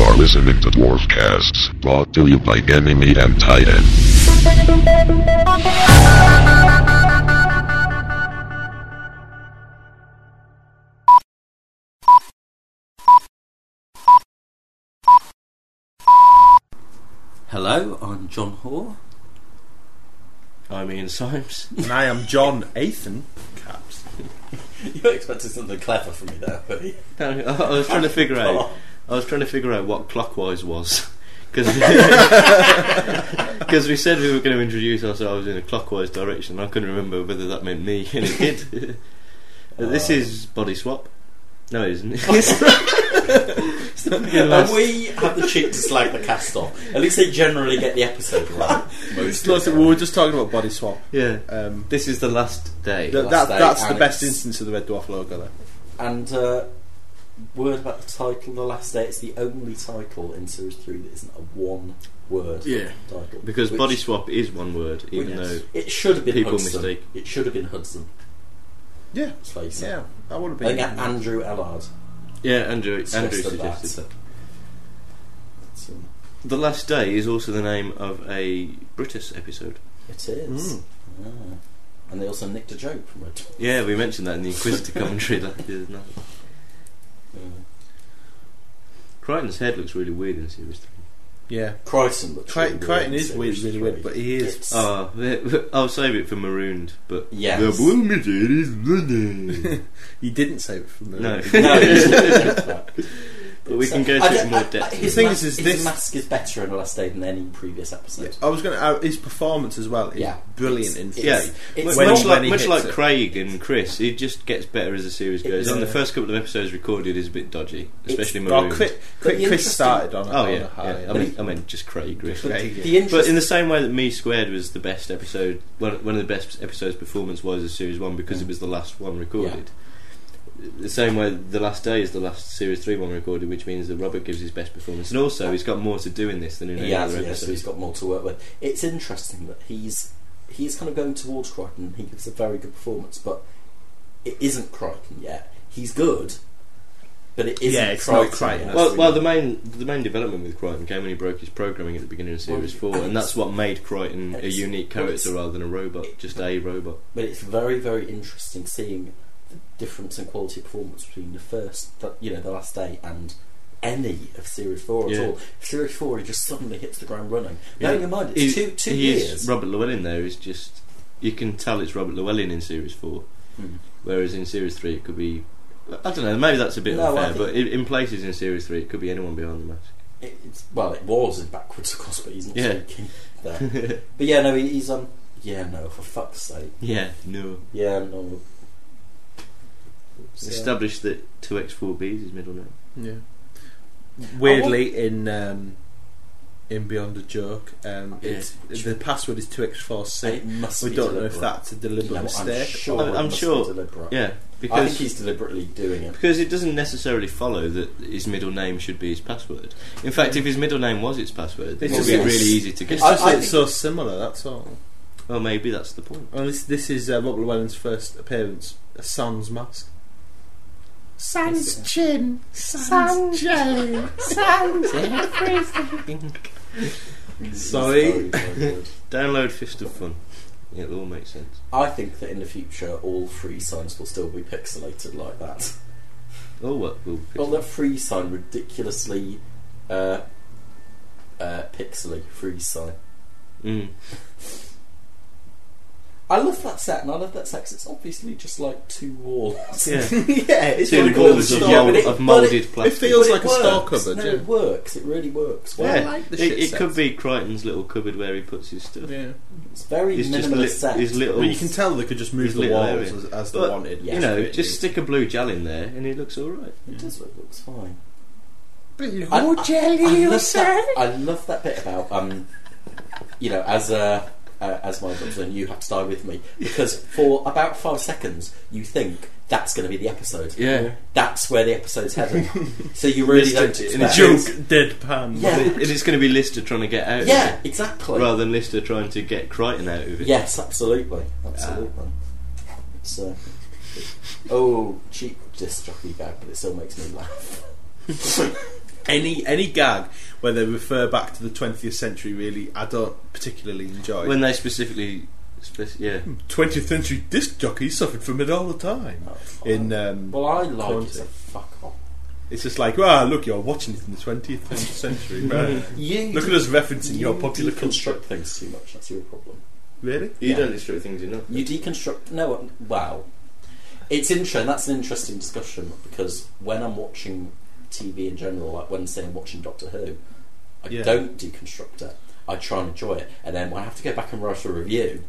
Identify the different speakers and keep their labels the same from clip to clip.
Speaker 1: are listening to Dwarfcasts, brought to you by E Enemy and Titan.
Speaker 2: Hello, I'm John Hoare.
Speaker 3: I'm Ian Symes.
Speaker 4: And I am John Athan Caps.
Speaker 2: You were expecting something clever from me there, Oh, but
Speaker 3: No, I, I was trying to figure out. I was trying to figure out what clockwise was because we said we were going to introduce ourselves in a clockwise direction. I couldn't remember whether that meant me and it did. Uh, this is body swap. No, it isn't. It's the beginning
Speaker 2: And
Speaker 3: of us-
Speaker 2: we have the cheek to slag the cast off. At least they generally get the episode right. Most of
Speaker 4: Look,
Speaker 2: the
Speaker 4: we were just talking about body swap.
Speaker 3: yeah.
Speaker 4: Um,
Speaker 3: This is the last day.
Speaker 4: th-
Speaker 2: last
Speaker 4: that,
Speaker 2: day,
Speaker 4: that's the
Speaker 2: and
Speaker 4: best
Speaker 2: it's-
Speaker 4: instance of the Red Dwarf logo there.
Speaker 2: time. And uh, word about the title, The Last Day, it's the only title in Series 3 that isn't a one word
Speaker 4: Yeah.
Speaker 2: title.
Speaker 3: because
Speaker 2: which-
Speaker 3: body swap is one word, even
Speaker 2: Yes.
Speaker 3: though
Speaker 2: It should have been
Speaker 3: people
Speaker 2: Hudson.
Speaker 3: mistake-
Speaker 2: It should have been Hudson,
Speaker 4: Yeah.
Speaker 2: let's face it.
Speaker 4: Yeah, that would have
Speaker 2: I
Speaker 4: been.
Speaker 2: think A- Andrew Ellard
Speaker 3: yeah, Andrew Andrew
Speaker 2: suggested that.
Speaker 3: suggested.
Speaker 2: It's, um,
Speaker 3: The last day is also the name of a Brutus episode.
Speaker 2: It is.
Speaker 3: Hmm.
Speaker 4: Mm.
Speaker 2: Ah. And they also nicked a joke from it.
Speaker 3: Yeah, we mentioned that in the Inquisitor commentary last year. didn't we? Crichton's head looks really weird in series three.
Speaker 4: Yeah.
Speaker 2: Crichton looks
Speaker 4: Cri-
Speaker 2: really
Speaker 4: Crichton
Speaker 2: weird in
Speaker 4: is weird,
Speaker 2: series
Speaker 4: really weird,
Speaker 2: three.
Speaker 4: but he is. Oh.
Speaker 2: It's-
Speaker 3: Ah, the- I'll save it for marooned, but
Speaker 2: Yes.
Speaker 3: the blue midget is running.
Speaker 4: You didn't save it from the.
Speaker 3: no,
Speaker 2: no, he's not doing that.
Speaker 3: but we
Speaker 2: So-
Speaker 3: can go
Speaker 2: I
Speaker 3: to it
Speaker 2: don't-
Speaker 3: more
Speaker 2: I- I-
Speaker 3: depth.
Speaker 2: His,
Speaker 4: The thing
Speaker 2: ma-
Speaker 4: is, is
Speaker 2: his
Speaker 4: this-
Speaker 2: mask is better in the last day than any previous episode.
Speaker 4: I was going to. Uh, his performance as well is
Speaker 2: Yeah.
Speaker 4: brilliant in
Speaker 2: It's-
Speaker 3: yeah,
Speaker 2: it's-
Speaker 3: much,
Speaker 2: it's
Speaker 4: when
Speaker 3: much
Speaker 4: he-
Speaker 3: like,
Speaker 4: when he
Speaker 3: much
Speaker 4: hits
Speaker 3: like
Speaker 4: it.
Speaker 3: Craig and Chris, it just gets better as the series
Speaker 2: It
Speaker 3: goes
Speaker 2: is,
Speaker 3: on. The
Speaker 4: yeah.
Speaker 3: first couple of episodes recorded is a bit dodgy, especially
Speaker 4: Oh,
Speaker 3: marooned.
Speaker 4: Chris,
Speaker 2: But
Speaker 4: Chris,
Speaker 2: the
Speaker 4: Chris
Speaker 2: interesting-
Speaker 4: started on.
Speaker 3: Oh
Speaker 4: on
Speaker 3: yeah,
Speaker 4: a high.
Speaker 3: yeah. I mean, I mean, just Craig. Really.
Speaker 2: But
Speaker 4: Craig, yeah.
Speaker 2: the interest,
Speaker 3: But in the same way that Me Squared was the best episode, one, one of the best episodes performance wise of Series 1 because
Speaker 2: Mm.
Speaker 3: it was the last one recorded. The same way The Last Day is the last Series 3 one recorded, which means that Robert gives his best performance. And also, he's got more to do in this than in any
Speaker 2: he has,
Speaker 3: other
Speaker 2: yeah, so
Speaker 3: episode.
Speaker 2: he's got more to work with. It's interesting that he's he's kind of going towards Crichton. He gives a very good performance, but it isn't Crichton yet. He's good, but it isn't
Speaker 4: Yeah, it's
Speaker 2: Crichton.
Speaker 4: not
Speaker 2: yet.
Speaker 4: Crichton, that's
Speaker 3: well, well, the main the main development with Crichton came when he broke his programming at the beginning of
Speaker 2: Well,
Speaker 3: Series Four,
Speaker 2: and
Speaker 3: and that's
Speaker 2: it's-
Speaker 3: what made Crichton a
Speaker 2: it's-
Speaker 3: unique
Speaker 2: well,
Speaker 3: character
Speaker 2: it's-
Speaker 3: rather than a robot, just a robot.
Speaker 2: But it's very, very interesting seeing the difference in quality of performance between the first, the, you know, the last day and any of Series 4 at
Speaker 3: Yeah.
Speaker 2: all. Series 4, he just suddenly hits the ground running.
Speaker 3: Yeah.
Speaker 2: Bearing in mind, it's
Speaker 3: He-
Speaker 2: two, two
Speaker 3: he is-
Speaker 2: years.
Speaker 3: Robert Llewellyn there is just you can tell it's Robert Llewellyn in Series Four.
Speaker 2: Hmm.
Speaker 3: Whereas in Series 3 it could be. I don't know, maybe that's a bit
Speaker 2: No, I
Speaker 3: unfair,
Speaker 2: think-
Speaker 3: but in, in places in Series 3 it could be anyone behind the mask.
Speaker 2: It- it's, well, it was in backwards, of course, but he's not
Speaker 3: Yeah.
Speaker 2: speaking there. But yeah, no, he, he's, um, yeah, no, for fuck's sake.
Speaker 3: yeah, no.
Speaker 2: Yeah, no. It's, uh,
Speaker 3: Established that 2x4b is his middle name.
Speaker 4: Yeah. Weirdly, in um, in Beyond a Joke, um,
Speaker 2: Yeah.
Speaker 4: it's, the password is two X four C.
Speaker 2: it must
Speaker 4: We
Speaker 2: be
Speaker 4: don't know if
Speaker 2: deliberate.
Speaker 4: that's a deliberate
Speaker 2: No,
Speaker 4: mistake.
Speaker 2: I'm sure.
Speaker 3: I'm-
Speaker 2: it
Speaker 3: I'm
Speaker 2: must be
Speaker 3: sure.
Speaker 2: deliberate.
Speaker 3: Yeah,
Speaker 2: I think
Speaker 3: because
Speaker 2: he's deliberately doing it.
Speaker 3: because it doesn't necessarily follow that his middle name should be his password. In fact, if his middle name was its password, then it
Speaker 4: It's
Speaker 3: would be
Speaker 2: just-
Speaker 3: really easy to
Speaker 4: It's
Speaker 3: guess.
Speaker 2: I-
Speaker 4: just
Speaker 2: I
Speaker 4: it's
Speaker 2: think-
Speaker 4: so similar. That's all.
Speaker 3: Well, maybe that's the point.
Speaker 4: And this, this is uh, Robert Llewellyn's first appearance. A sans mask.
Speaker 2: Sans
Speaker 4: chin, sans chin, sans everything. Sorry.
Speaker 2: It's very, very good.
Speaker 3: Download Fist of Fun. It'll all make sense.
Speaker 2: I think that in the future, all free signs will still be pixelated like that.
Speaker 3: Oh, what? We'll
Speaker 2: Well, that free sign ridiculously uh, uh, pixely free sign.
Speaker 3: mm.
Speaker 2: I love that set, and I love that set 'cause it's obviously just like two walls.
Speaker 3: Yeah.
Speaker 2: yeah, it's
Speaker 3: Two
Speaker 2: really cool.
Speaker 3: walls of,
Speaker 2: Yeah,
Speaker 3: mould-
Speaker 2: but it-
Speaker 3: of
Speaker 2: but
Speaker 3: moulded
Speaker 2: it-
Speaker 3: plastic.
Speaker 2: but
Speaker 4: Feels
Speaker 2: it
Speaker 4: like a store
Speaker 2: works.
Speaker 4: cupboard,
Speaker 2: No,
Speaker 4: yeah.
Speaker 2: it works. It really works. Well,
Speaker 3: Yeah.
Speaker 4: like the
Speaker 3: it,
Speaker 4: shit
Speaker 3: it could
Speaker 4: sets.
Speaker 3: be Crichton's little cupboard where he puts his stuff.
Speaker 4: Yeah.
Speaker 2: it's very
Speaker 3: It's just
Speaker 2: minimalist
Speaker 3: li-
Speaker 2: set.
Speaker 3: his little.
Speaker 4: But you can tell they could just move
Speaker 3: It's
Speaker 4: the
Speaker 3: little
Speaker 4: walls
Speaker 3: area.
Speaker 4: as, as they
Speaker 3: But,
Speaker 4: wanted.
Speaker 2: you
Speaker 3: you
Speaker 4: Yes,
Speaker 3: know,
Speaker 4: really.
Speaker 3: just stick a blue gel in there, and it looks all right.
Speaker 2: it does look looks fine.
Speaker 4: Blue
Speaker 2: I- I- I
Speaker 4: jelly,
Speaker 2: love
Speaker 4: you
Speaker 2: that-
Speaker 4: say?
Speaker 2: I love that bit about um, you know, as a uh, as my husband, you have to die with me because for about five seconds you think that's going to be the episode.
Speaker 3: Yeah,
Speaker 2: That's where the episode's heading. so you really
Speaker 3: Listed
Speaker 2: don't
Speaker 3: in a
Speaker 2: expect.
Speaker 4: Joke deadpan.
Speaker 2: Yeah.
Speaker 3: and it's going to be Lister trying to get out. of
Speaker 2: Yeah,
Speaker 3: it,
Speaker 2: exactly.
Speaker 3: rather than Lister trying to get Crichton out of it.
Speaker 2: yes, absolutely, absolutely. So, oh, cheap disc jockey gag, but it still makes me laugh.
Speaker 4: any any gag where they refer back to the 20th century really I don't particularly enjoy.
Speaker 3: When they specifically, spec- yeah,
Speaker 4: 20th century disc jockeys suffered from it all the time. In um,
Speaker 2: well, I like it.
Speaker 4: Quantity.
Speaker 2: So fuck off.
Speaker 4: it's just like, ah, look, you're watching it in the 20th century. man.
Speaker 2: You
Speaker 4: Look at us referencing
Speaker 2: you
Speaker 4: your popular culture.
Speaker 2: deconstruct things too much. That's your problem.
Speaker 4: Really?
Speaker 3: you
Speaker 2: Yeah.
Speaker 3: don't destroy things enough.
Speaker 2: You deconstruct. No, wow. It's interesting. That's an interesting discussion because when I'm watching TV in general, like when say I'm watching Doctor Who, I
Speaker 4: Yeah.
Speaker 2: don't deconstruct it. I try and enjoy it, and then when I have to go back and write a review,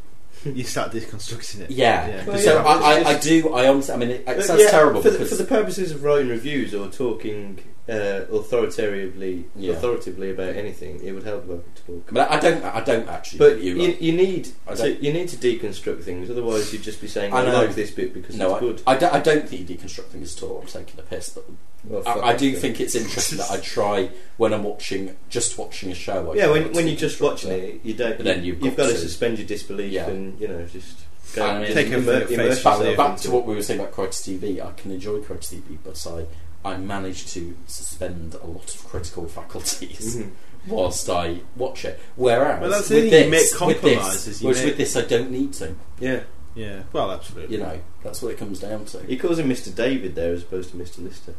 Speaker 4: You start deconstructing it.
Speaker 2: yeah.
Speaker 3: Well,
Speaker 2: so
Speaker 3: yeah, but
Speaker 2: I,
Speaker 3: it's
Speaker 2: I, I
Speaker 3: just-
Speaker 2: do. I honestly, I mean, it, it
Speaker 3: But
Speaker 2: sounds
Speaker 3: yeah,
Speaker 2: terrible
Speaker 3: for the,
Speaker 2: because
Speaker 3: for the purposes of writing reviews or talking uh, authoritatively,
Speaker 2: Yeah.
Speaker 3: authoritatively about anything. It would help them to talk.
Speaker 2: I, mean, I don't. I don't actually.
Speaker 3: But
Speaker 2: you,
Speaker 3: you, you, need
Speaker 2: I
Speaker 3: to,
Speaker 2: don't-
Speaker 3: you need to deconstruct things. Otherwise, you'd just be saying
Speaker 2: I
Speaker 3: I,
Speaker 2: know.
Speaker 3: like this bit because
Speaker 2: no,
Speaker 3: it's good.
Speaker 2: I, I, don't, I don't think you deconstruct things at all. I'm taking a piss, but
Speaker 3: Well, fuck
Speaker 2: I, I
Speaker 3: off
Speaker 2: do
Speaker 3: then.
Speaker 2: think it's interesting that I try when I'm watching, just watching a show. I
Speaker 3: Yeah,
Speaker 2: try
Speaker 3: when,
Speaker 2: not
Speaker 3: when
Speaker 2: to
Speaker 3: you're just
Speaker 2: deconstruct
Speaker 3: watching it, you don't.
Speaker 2: But then you've
Speaker 3: you've
Speaker 2: got
Speaker 3: got, to
Speaker 2: to-
Speaker 3: suspend your disbelief
Speaker 2: Yeah.
Speaker 3: and you know just go
Speaker 2: I mean,
Speaker 3: and
Speaker 2: Take
Speaker 4: a
Speaker 3: immer-
Speaker 4: face
Speaker 3: immerse
Speaker 4: value.
Speaker 2: back,
Speaker 3: yourself
Speaker 2: back
Speaker 3: into
Speaker 2: to
Speaker 3: it.
Speaker 2: what we were saying about Critics TV, I can enjoy Critics TV, but I I manage to suspend a lot of critical faculties
Speaker 3: Mhm.
Speaker 2: whilst I watch it. Whereas
Speaker 4: Mm-hmm. Well, that's the
Speaker 2: with
Speaker 4: thing,
Speaker 2: this,
Speaker 4: you make
Speaker 2: with this,
Speaker 4: compromises, you
Speaker 2: whereas
Speaker 4: make-
Speaker 2: with this, I don't need to.
Speaker 3: Yeah,
Speaker 4: Yeah. Well, absolutely.
Speaker 2: You know, that's what it comes down to.
Speaker 3: he calls him Mr. David there as opposed to Mr. Lister,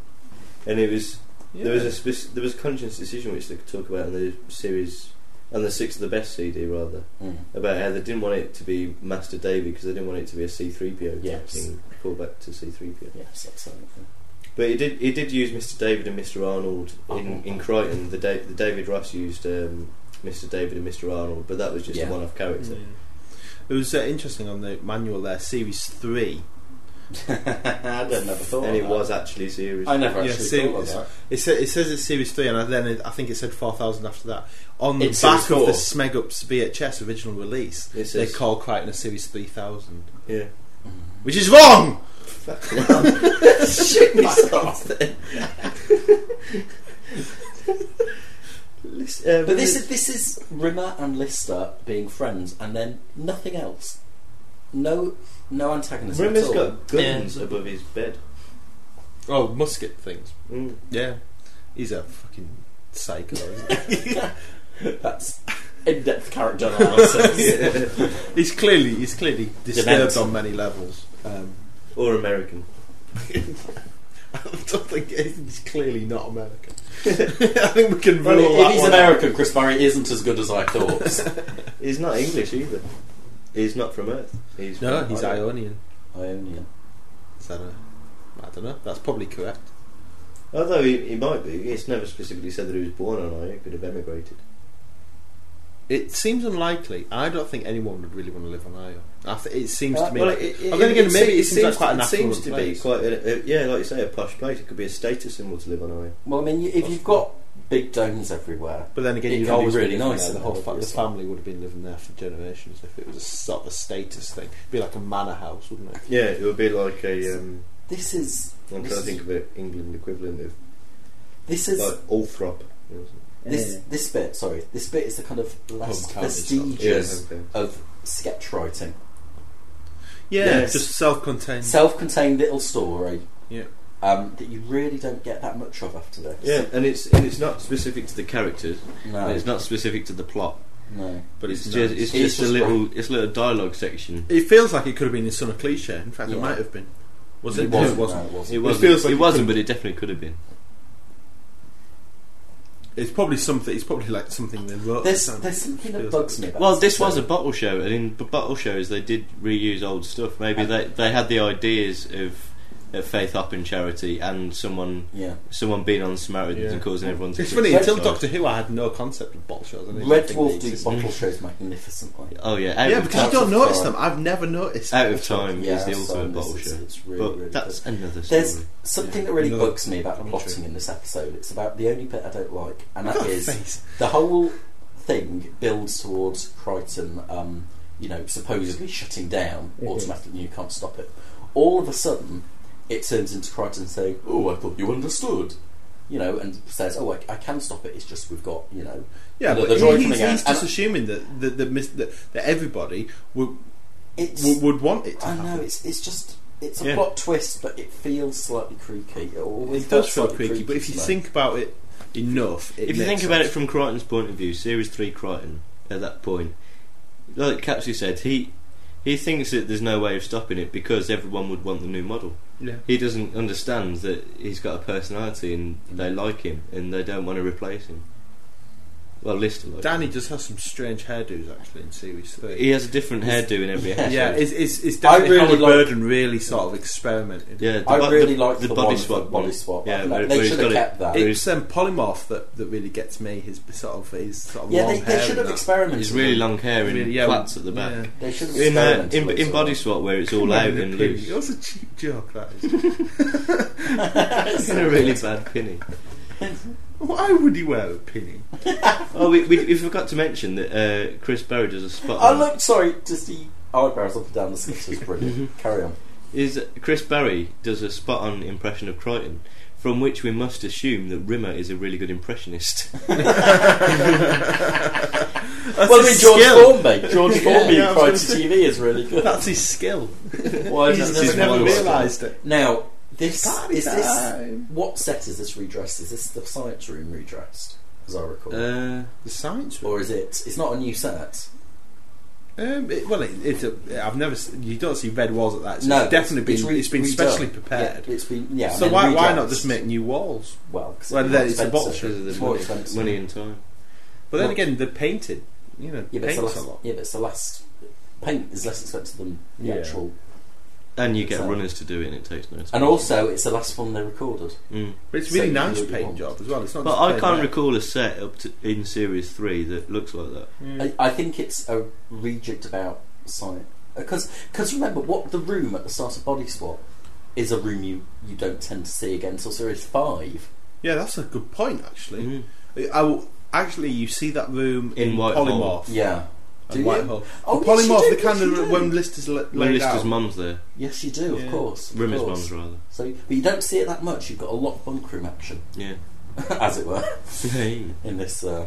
Speaker 3: and it was
Speaker 4: Yeah.
Speaker 3: There was a spec- there was a conscious decision which they could talk about in the series, on the sixth of the best CD rather,
Speaker 2: Mm.
Speaker 3: about how they didn't want it to be Master David because they didn't want it to be a C three PO
Speaker 2: Yes.
Speaker 3: thing, callback to C three PO.
Speaker 2: Yes, that's something.
Speaker 3: But he did he did use Mr David and Mr Arnold in,
Speaker 2: Arnold.
Speaker 3: in Crichton. The, da- the David Ross used um, Mr David and Mr Arnold, but that was just
Speaker 2: Yeah.
Speaker 3: a one off character.
Speaker 4: Yeah. It was uh, interesting on the manual there, series three.
Speaker 2: I don't never thought.
Speaker 3: And
Speaker 2: of
Speaker 3: it
Speaker 2: that.
Speaker 3: was actually serious.
Speaker 2: I never
Speaker 4: Yeah,
Speaker 2: actually
Speaker 4: see,
Speaker 2: thought of
Speaker 4: it's-
Speaker 2: that.
Speaker 4: It, sa- it says it's series three, and I- then it, I think it said four thousand after that. On the
Speaker 2: It's
Speaker 4: back
Speaker 2: series
Speaker 4: of the
Speaker 2: four.
Speaker 4: Smegups VHS original release,
Speaker 3: It
Speaker 4: they
Speaker 3: says,
Speaker 4: call Crichton a series three thousand,
Speaker 3: yeah.
Speaker 4: which is wrong.
Speaker 3: Shit myself then. Listen, um,
Speaker 2: But this is this is Rimmer and Lister being friends, and then nothing else. No, no antagonism at
Speaker 3: Rimmer's
Speaker 2: all.
Speaker 3: got guns above his bed.
Speaker 4: Oh, musket things.
Speaker 3: Mm.
Speaker 4: Yeah, he's a fucking psycho. Isn't he?
Speaker 2: That's in-depth character analysis.
Speaker 4: he's clearly he's clearly disturbed
Speaker 2: Demented.
Speaker 4: on many levels. Um,
Speaker 3: Or American.
Speaker 4: I don't think he's clearly not American. I think we can rule
Speaker 2: Well,
Speaker 4: that
Speaker 2: if he's
Speaker 4: one out.
Speaker 2: American, Chris Murray isn't as good as I thought.
Speaker 3: He's not English either. He's not from Earth. He's
Speaker 4: No,
Speaker 3: from
Speaker 4: he's
Speaker 3: Ireland.
Speaker 4: Ionian.
Speaker 2: Ionian.
Speaker 4: Oh, Is that a, I don't know. That's probably correct.
Speaker 3: Although he, he might be. It's never specifically said that he was born on Ireland. He could have emigrated.
Speaker 4: It seems unlikely. I don't think anyone would really want to live on Io. I th- it seems
Speaker 2: Uh,
Speaker 4: to me.
Speaker 3: Well,
Speaker 4: like-
Speaker 3: it-
Speaker 4: I'm gonna get- maybe it seems like
Speaker 3: to-
Speaker 4: quite a
Speaker 3: It seems
Speaker 4: natural
Speaker 3: to be
Speaker 4: place.
Speaker 3: quite, a, a, yeah, like you say, a posh place. It could be a status symbol to live on Ireland.
Speaker 2: Well, I mean, you- if you've got big domes everywhere,
Speaker 4: but then again,
Speaker 2: it
Speaker 4: you'd
Speaker 2: can be
Speaker 4: always
Speaker 2: really
Speaker 4: been living
Speaker 2: nice
Speaker 4: There. The
Speaker 2: and
Speaker 4: whole fa- the
Speaker 2: obvious.
Speaker 4: family would have been living there for generations if it was a sort of a status thing. It'd be like a manor house, wouldn't it?
Speaker 3: Yeah, it would be like a. Um,
Speaker 2: this is
Speaker 3: I'm
Speaker 2: This
Speaker 3: trying to
Speaker 2: is-
Speaker 3: think of an England equivalent of
Speaker 2: this is
Speaker 3: like Ulthrop. you know, something.
Speaker 2: this
Speaker 4: Yeah.
Speaker 2: this bit. Sorry, this bit is the kind of last
Speaker 4: Home county stuff.
Speaker 2: vestiges
Speaker 3: okay.
Speaker 2: of sketch writing.
Speaker 4: Yeah,
Speaker 3: Yes.
Speaker 4: just self-contained.
Speaker 2: Self-contained little story.
Speaker 4: Yeah.
Speaker 2: Um, that you really don't get that much of after this.
Speaker 3: Yeah, and it's and it's not specific to the characters.
Speaker 2: No.
Speaker 3: and it's not specific to the plot.
Speaker 2: no.
Speaker 4: but Ah. it's,
Speaker 3: it's
Speaker 4: nice.
Speaker 3: just it's,
Speaker 2: It's
Speaker 3: just a
Speaker 2: just
Speaker 3: little it's a little dialogue section.
Speaker 4: It feels like it could have been in some cliche. In fact,
Speaker 2: Yeah.
Speaker 4: it might have been. Was it?
Speaker 2: It
Speaker 4: No,
Speaker 2: wasn't.
Speaker 4: it wasn't.
Speaker 2: no, it wasn't.
Speaker 3: It wasn't. It,
Speaker 4: feels like it
Speaker 3: wasn't,
Speaker 4: could-
Speaker 3: but it definitely could have been.
Speaker 4: It's probably something. It's probably like something they wrote.
Speaker 2: There's,
Speaker 4: down.
Speaker 2: there's something that
Speaker 4: Feels-
Speaker 2: bugs me. About
Speaker 3: Well, this was a bottle show, and in b- bottle shows they did reuse old stuff. Maybe they they had the ideas of. uh Faith Up in Charity and someone
Speaker 2: yeah.
Speaker 3: someone being on Samaritans
Speaker 4: Yeah.
Speaker 3: and causing everyone to
Speaker 4: It's funny.
Speaker 2: Red-
Speaker 4: Until Doctor Who, I had no concept of bottle shots. I didn't
Speaker 2: Red
Speaker 4: think
Speaker 2: Dwarf
Speaker 4: they
Speaker 2: do
Speaker 4: existed.
Speaker 2: bottle shows magnificently.
Speaker 3: Oh yeah, out
Speaker 4: Yeah,
Speaker 3: of
Speaker 4: because you
Speaker 2: Out
Speaker 4: don't
Speaker 2: of
Speaker 4: notice
Speaker 2: time.
Speaker 4: them. I've never noticed.
Speaker 3: Out of Time
Speaker 2: Yeah,
Speaker 3: is the
Speaker 2: so
Speaker 3: ultimate
Speaker 2: this
Speaker 3: bottle
Speaker 2: is-
Speaker 3: show.
Speaker 2: It's really,
Speaker 3: but
Speaker 2: really
Speaker 3: that's
Speaker 2: good.
Speaker 3: another story.
Speaker 2: There's something that really
Speaker 4: Another
Speaker 2: bugs me about
Speaker 4: commentary.
Speaker 2: plotting in this episode. It's about the only bit I don't like, and that
Speaker 4: Got a
Speaker 2: is
Speaker 4: face.
Speaker 2: the whole thing builds towards Crichton, um, you know, supposedly shutting down automatically. You can't stop it. All of a sudden, it turns into Crichton saying, "Oh, I thought you understood," you know, and says, "Oh, I, I can stop it. It's just we've got you know."
Speaker 4: Yeah,
Speaker 2: the,
Speaker 4: but
Speaker 2: the
Speaker 4: he-
Speaker 2: droid
Speaker 4: he's,
Speaker 2: coming out."
Speaker 4: he's
Speaker 2: And
Speaker 4: just assuming that that, that, mis- that, that everybody would,
Speaker 2: it's
Speaker 4: would would want it to
Speaker 2: I
Speaker 4: happen.
Speaker 2: know it's it's just it's a
Speaker 4: Yeah.
Speaker 2: plot twist, but it feels slightly creaky. It, always
Speaker 4: it does
Speaker 2: felt
Speaker 4: feel
Speaker 2: slightly
Speaker 4: creaky, but if you
Speaker 2: to me.
Speaker 4: think about it enough. It
Speaker 3: if you think
Speaker 4: makes
Speaker 3: about it
Speaker 4: sense.
Speaker 3: from Crichton's point of view, Series Three Crichton at that point, like Capsy said, he he thinks that there's no way of stopping it because everyone would want the new model.
Speaker 4: yeah.
Speaker 3: He doesn't understand that he's got a personality and
Speaker 2: Mm.
Speaker 3: they like him and they don't want to replace him. Well, Lister like
Speaker 4: Danny
Speaker 3: him.
Speaker 4: does have some strange hairdos actually in series three.
Speaker 3: He has a different hairdo in every episode.
Speaker 4: yeah, it's it's, it's
Speaker 2: I
Speaker 4: definitely
Speaker 2: really
Speaker 4: Howard
Speaker 2: like-
Speaker 4: Burden really sort of experimented.
Speaker 3: Yeah, the
Speaker 2: I
Speaker 3: bo-
Speaker 2: really
Speaker 3: the-
Speaker 2: like
Speaker 3: the,
Speaker 2: the
Speaker 3: body
Speaker 2: one
Speaker 3: swap.
Speaker 2: with the body
Speaker 3: one.
Speaker 2: swap. I
Speaker 3: Yeah,
Speaker 2: think
Speaker 3: where-
Speaker 2: they
Speaker 3: where he's
Speaker 2: should
Speaker 3: got
Speaker 2: have
Speaker 3: it-
Speaker 2: kept that.
Speaker 4: It's um, polymorph that, that really gets me. His sort of his sort of
Speaker 2: yeah,
Speaker 4: long
Speaker 2: they,
Speaker 4: hair
Speaker 2: they should
Speaker 4: and
Speaker 2: have
Speaker 4: that.
Speaker 2: experimented.
Speaker 3: His really long hair and
Speaker 4: Really, yeah,
Speaker 3: plaits
Speaker 4: we-
Speaker 3: at the back.
Speaker 4: yeah.
Speaker 2: They should have
Speaker 3: In, uh,
Speaker 2: experimented.
Speaker 3: in,
Speaker 2: with
Speaker 3: in
Speaker 2: it.
Speaker 3: body swap where it's all out and loose.
Speaker 4: It was a cheap joke that is.
Speaker 3: It's a really bad pinny.
Speaker 4: Why would he wear a pinny?
Speaker 3: Oh, we, we, we forgot to mention that uh, Chris Barry does a spot.
Speaker 2: I
Speaker 3: on-
Speaker 2: look sorry to see eyebrows up and down the slit was brilliant.
Speaker 4: Mm-hmm.
Speaker 2: Carry on.
Speaker 3: is Chris Barry does a spot on impression of Crichton, from which we must assume that Rimmer is a really good impressionist.
Speaker 2: well, I mean,
Speaker 4: his
Speaker 2: George
Speaker 4: skill.
Speaker 2: Formby. George
Speaker 4: Yeah,
Speaker 2: Formby yeah,
Speaker 4: yeah, I was
Speaker 2: cried
Speaker 4: gonna
Speaker 2: to
Speaker 4: say.
Speaker 2: TV is really good.
Speaker 4: That's his skill.
Speaker 2: Why
Speaker 4: He's
Speaker 3: that's
Speaker 4: just
Speaker 3: his
Speaker 4: never
Speaker 3: one
Speaker 4: realised it.
Speaker 2: Now, this
Speaker 4: Party
Speaker 2: is this.
Speaker 4: time.
Speaker 2: What set is this redressed? Is this the science room redressed, as I recall,
Speaker 3: Uh,
Speaker 4: The science.
Speaker 2: or is it? It's not a new set.
Speaker 4: Um, it, well, it, it's a, I've never. s- You don't see red walls at that. So it's definitely been.
Speaker 2: re-
Speaker 4: it's been
Speaker 2: redone.
Speaker 4: specially prepared.
Speaker 2: Yeah, it's been yeah.
Speaker 4: so
Speaker 2: and
Speaker 4: why
Speaker 2: then
Speaker 4: why not
Speaker 2: redressed.
Speaker 4: just make new walls?
Speaker 2: Well, 'cause
Speaker 4: Well,
Speaker 2: it's
Speaker 4: then
Speaker 2: more expensive.
Speaker 4: it's a vulture.
Speaker 3: because of
Speaker 2: It's
Speaker 3: the
Speaker 2: more
Speaker 3: money,
Speaker 2: expensive.
Speaker 3: money and time.
Speaker 4: But then
Speaker 2: Well-
Speaker 4: again, they're painted. You know,
Speaker 2: Yeah, but, it's
Speaker 4: paints
Speaker 2: the last,
Speaker 4: a lot.
Speaker 2: yeah, but it's the last. Paint is less expensive than the
Speaker 4: Yeah.
Speaker 2: actual.
Speaker 3: And you get
Speaker 2: So-
Speaker 3: runners to do it, and it takes no time.
Speaker 2: uh, And also, it's the last one they recorded.
Speaker 3: Mm.
Speaker 4: But it's really
Speaker 2: So
Speaker 4: nice
Speaker 2: you really
Speaker 4: paint
Speaker 2: want-
Speaker 4: job as well. It's not.
Speaker 3: but
Speaker 4: just
Speaker 3: I
Speaker 4: plain
Speaker 3: can't
Speaker 4: white.
Speaker 3: recall a set up to, in series three that looks like that.
Speaker 2: I, I think it's a reject about Sonic because because remember what the room at the start of Body Swap is a room you, you don't tend to see again until series five.
Speaker 4: Yeah, that's a good point. Actually,
Speaker 3: Mm.
Speaker 4: I will, actually you see that room
Speaker 3: In
Speaker 4: in,
Speaker 3: Whitehall.
Speaker 4: Polymorph.
Speaker 2: Yeah. Do
Speaker 4: and
Speaker 2: you?
Speaker 4: Whitehall.
Speaker 2: Oh,
Speaker 4: The
Speaker 2: yes, you
Speaker 4: Polymorph,
Speaker 2: do,
Speaker 4: the kind
Speaker 2: yes, you
Speaker 4: of
Speaker 2: do.
Speaker 4: when Lister's la-
Speaker 3: When
Speaker 4: laid
Speaker 3: Lister's
Speaker 4: out.
Speaker 3: mum's there,
Speaker 2: Yes, you do.
Speaker 4: Yeah.
Speaker 2: Of course. of
Speaker 3: Rimmer's
Speaker 2: course.
Speaker 3: mum's rather.
Speaker 2: So, but you don't see it that much. You've got a lot of bunk room action,
Speaker 3: Yeah.
Speaker 2: as it were, in this. Uh,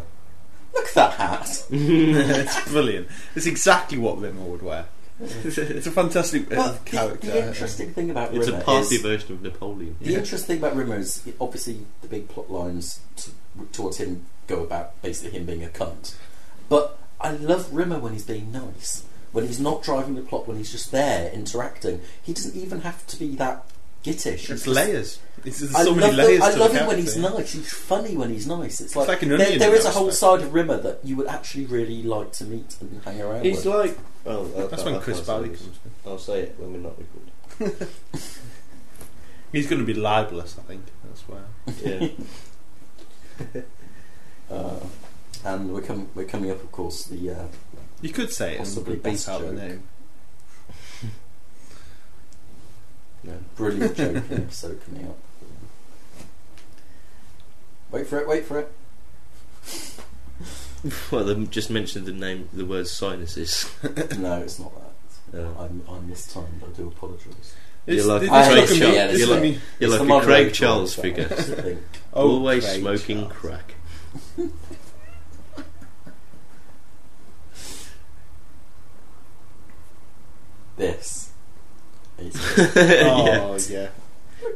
Speaker 2: look at that hat.
Speaker 4: it's brilliant. It's exactly what Rimmer would wear. It's a fantastic uh,
Speaker 2: But the,
Speaker 4: character.
Speaker 2: the interesting thing about
Speaker 3: it's a
Speaker 2: Rimmer
Speaker 3: party
Speaker 2: is-
Speaker 3: version of Napoleon.
Speaker 2: The
Speaker 4: Yeah.
Speaker 2: interesting thing about Rimmer is obviously the big plot lines t- towards him go about basically him being a cunt. But I love Rimmer when he's being nice, when he's not driving the plot, when he's just there interacting. He doesn't even have to be that gittish.
Speaker 4: It's
Speaker 2: He's
Speaker 4: layers. It's, there's
Speaker 2: I
Speaker 4: so many
Speaker 2: love,
Speaker 4: layers.
Speaker 2: the, I
Speaker 4: to
Speaker 2: love
Speaker 4: the
Speaker 2: him when
Speaker 4: character.
Speaker 2: he's nice. He's funny when he's nice. It's like,
Speaker 4: like an
Speaker 2: there-
Speaker 4: onion in
Speaker 2: there
Speaker 4: that
Speaker 2: is a whole
Speaker 4: respect.
Speaker 2: side of Rimmer that you would actually really like to meet and hang around
Speaker 3: He's
Speaker 2: with.
Speaker 3: like. Well, I
Speaker 4: That's
Speaker 3: can't-
Speaker 4: when
Speaker 3: I
Speaker 4: Chris
Speaker 3: can't say
Speaker 4: Barry
Speaker 3: this.
Speaker 4: comes. in.
Speaker 3: I'll say it when we're not recording.
Speaker 4: He's going to be libelous, I think. That's why.
Speaker 3: Yeah.
Speaker 2: uh, and we're, com- we're coming up, of course, the uh,
Speaker 4: You could say it
Speaker 2: Possibly
Speaker 4: and beat
Speaker 2: best
Speaker 4: out the
Speaker 2: joke.
Speaker 4: name.
Speaker 2: Yeah, brilliant joking episode coming up. Wait for it, wait for it.
Speaker 3: well, they just mentioned the name, the word sinuses.
Speaker 2: No, it's not that.
Speaker 3: Oh.
Speaker 2: I'm, I'm mistimed, I do apologise.
Speaker 3: You're
Speaker 4: It's-
Speaker 3: like
Speaker 4: this
Speaker 2: a
Speaker 4: is
Speaker 2: Craig
Speaker 4: gonna be-
Speaker 2: Charles.
Speaker 4: this is
Speaker 2: You're
Speaker 4: gonna
Speaker 2: like-
Speaker 4: be-
Speaker 2: It's
Speaker 3: You're like
Speaker 2: the
Speaker 3: a Craig
Speaker 2: moderator
Speaker 3: Charles
Speaker 2: problem,
Speaker 3: figure.
Speaker 2: that's the thing.
Speaker 4: Oh,
Speaker 3: Always
Speaker 4: Craig
Speaker 3: smoking
Speaker 4: Charles.
Speaker 3: crack.
Speaker 2: This. is
Speaker 4: Oh,
Speaker 3: Yeah.
Speaker 4: yeah.